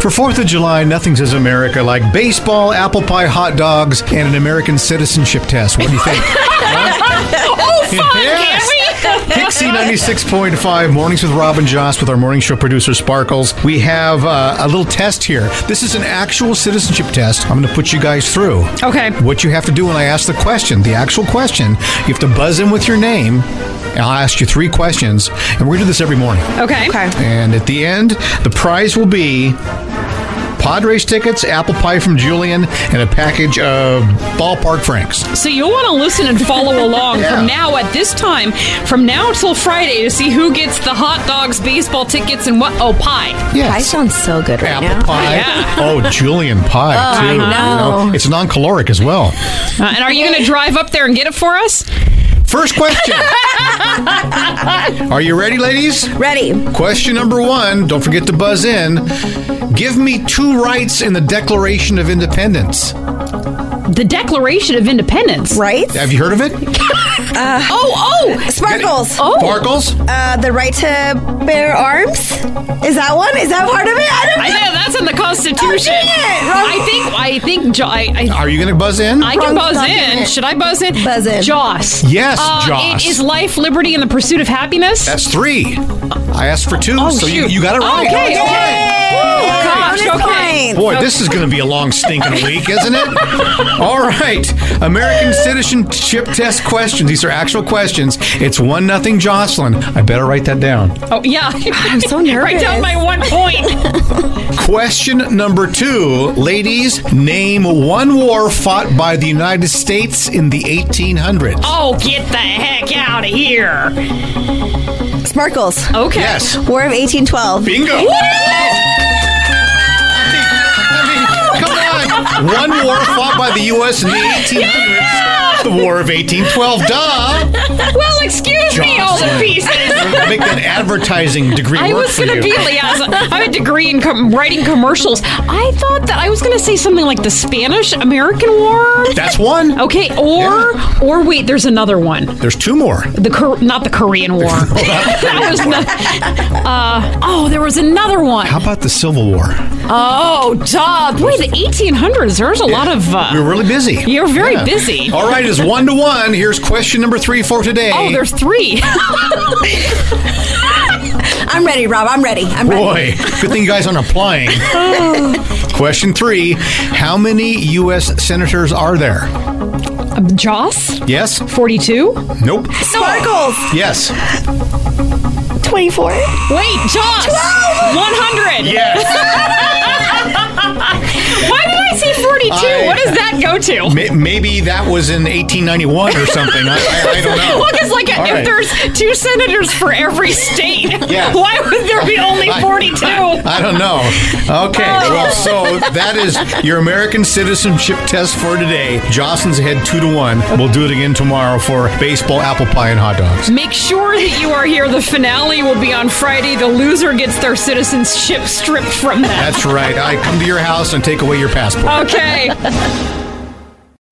For 4th of July, nothing says America like baseball, apple pie, hot dogs, and an American citizenship test. What do you think? oh, fun! Yes. Can we? Pixie 96.5, Mornings with Rob and Joss with our morning show producer Sparkles. We have uh, a little test here. This is an actual citizenship test I'm going to put you guys through. Okay. What you have to do when I ask the question, the actual question, you have to buzz in with your name. and I'll ask you three questions, and we're going to do this every morning. Okay. Okay. And at the end, the prize will be Padres tickets, apple pie from Julian, and a package of ballpark franks. So you'll want to listen and follow along Yeah. from now at this time, from now till Friday, to see who gets the hot dogs, baseball tickets, and what oh pie. Pie sounds so good right Apple now. pie. Yeah. Oh, Julian pie Oh, too. I You know. It's non-caloric as well. Uh, and are you going to drive up there and get it for us? First question. Are you ready, ladies? Ready? Question number one. Don't forget to buzz in. Give me two rights in the Declaration of Independence. The Declaration of Independence. Right? Have you heard of it? Oh, oh, Sparkles. Oh. Sparkles? Uh, the right to bear arms? Is that one? Is that part of it? I don't I know that's in the Constitution. Oh, dang it. Wrong- I think I think Jo- I I, Are you going to buzz in? I can Wrong buzz in. document. Should I buzz in? Buzz in. Joss. Yes, Uh, Joss. It is life, liberty, and the pursuit of happiness. That's three. I asked for two, Oh, so you, shoot. you got it right. Okay, Yay! okay. Woo! Gosh, Bonus okay. points. Boy, this is going to be a long stinking week, isn't it? All right. American citizenship test questions. These are actual questions. It's 1 nothing Jocelyn. I better write that down. Oh yeah. I'm so Write nervous. down my one point. Question number 2. Ladies, name one war fought by the United States in the 1800s. Oh, get the heck out of here. Sparkles. Okay. Yes. War of 1812. Bingo. I mean, come on. One war fought by the U.S. in the 1800s. The War of 1812. Duh. Well, excuse me, all the Johnson. pieces. Make that advertising degree I work was for gonna you. be liaison. I have a degree in com- writing commercials. I thought that I was gonna say something like the Spanish-American War. That's one. Okay, or Yeah. or wait, there's another one. There's two more. The Cor- not the Korean War. that was not. Uh, oh, there was another one. How about the Civil War? Oh, duh. Boy, the 1800s. There's a lot of. Uh, We were really busy. You're very busy. All right, it's one to one. Here's question number three for today. oh, there's three. I'm ready, Rob. I'm ready. I'm ready. Boy, good thing you guys aren't applying. Question three How many U.S. senators are there? Joss, Yes? 42. Nope. Sparkles. Yes. 24. Wait, Joss, 100. Yes. Why did I say 42? I- what does that go to? May- Maybe that was in 1891 or something. I, I, I don't know. Look, it's like All if right. there's two senators for every state, Yeah. why would there be only 42? I don't know. Okay, well, so that is your American citizenship test for today. Jocelyn's ahead two to one. We'll do it again tomorrow for baseball, apple pie, and hot dogs. Make sure that you are here. The finale will be on Friday. The loser gets their citizenship stripped from them. That's right. I come to your house and take away your passport. Okay.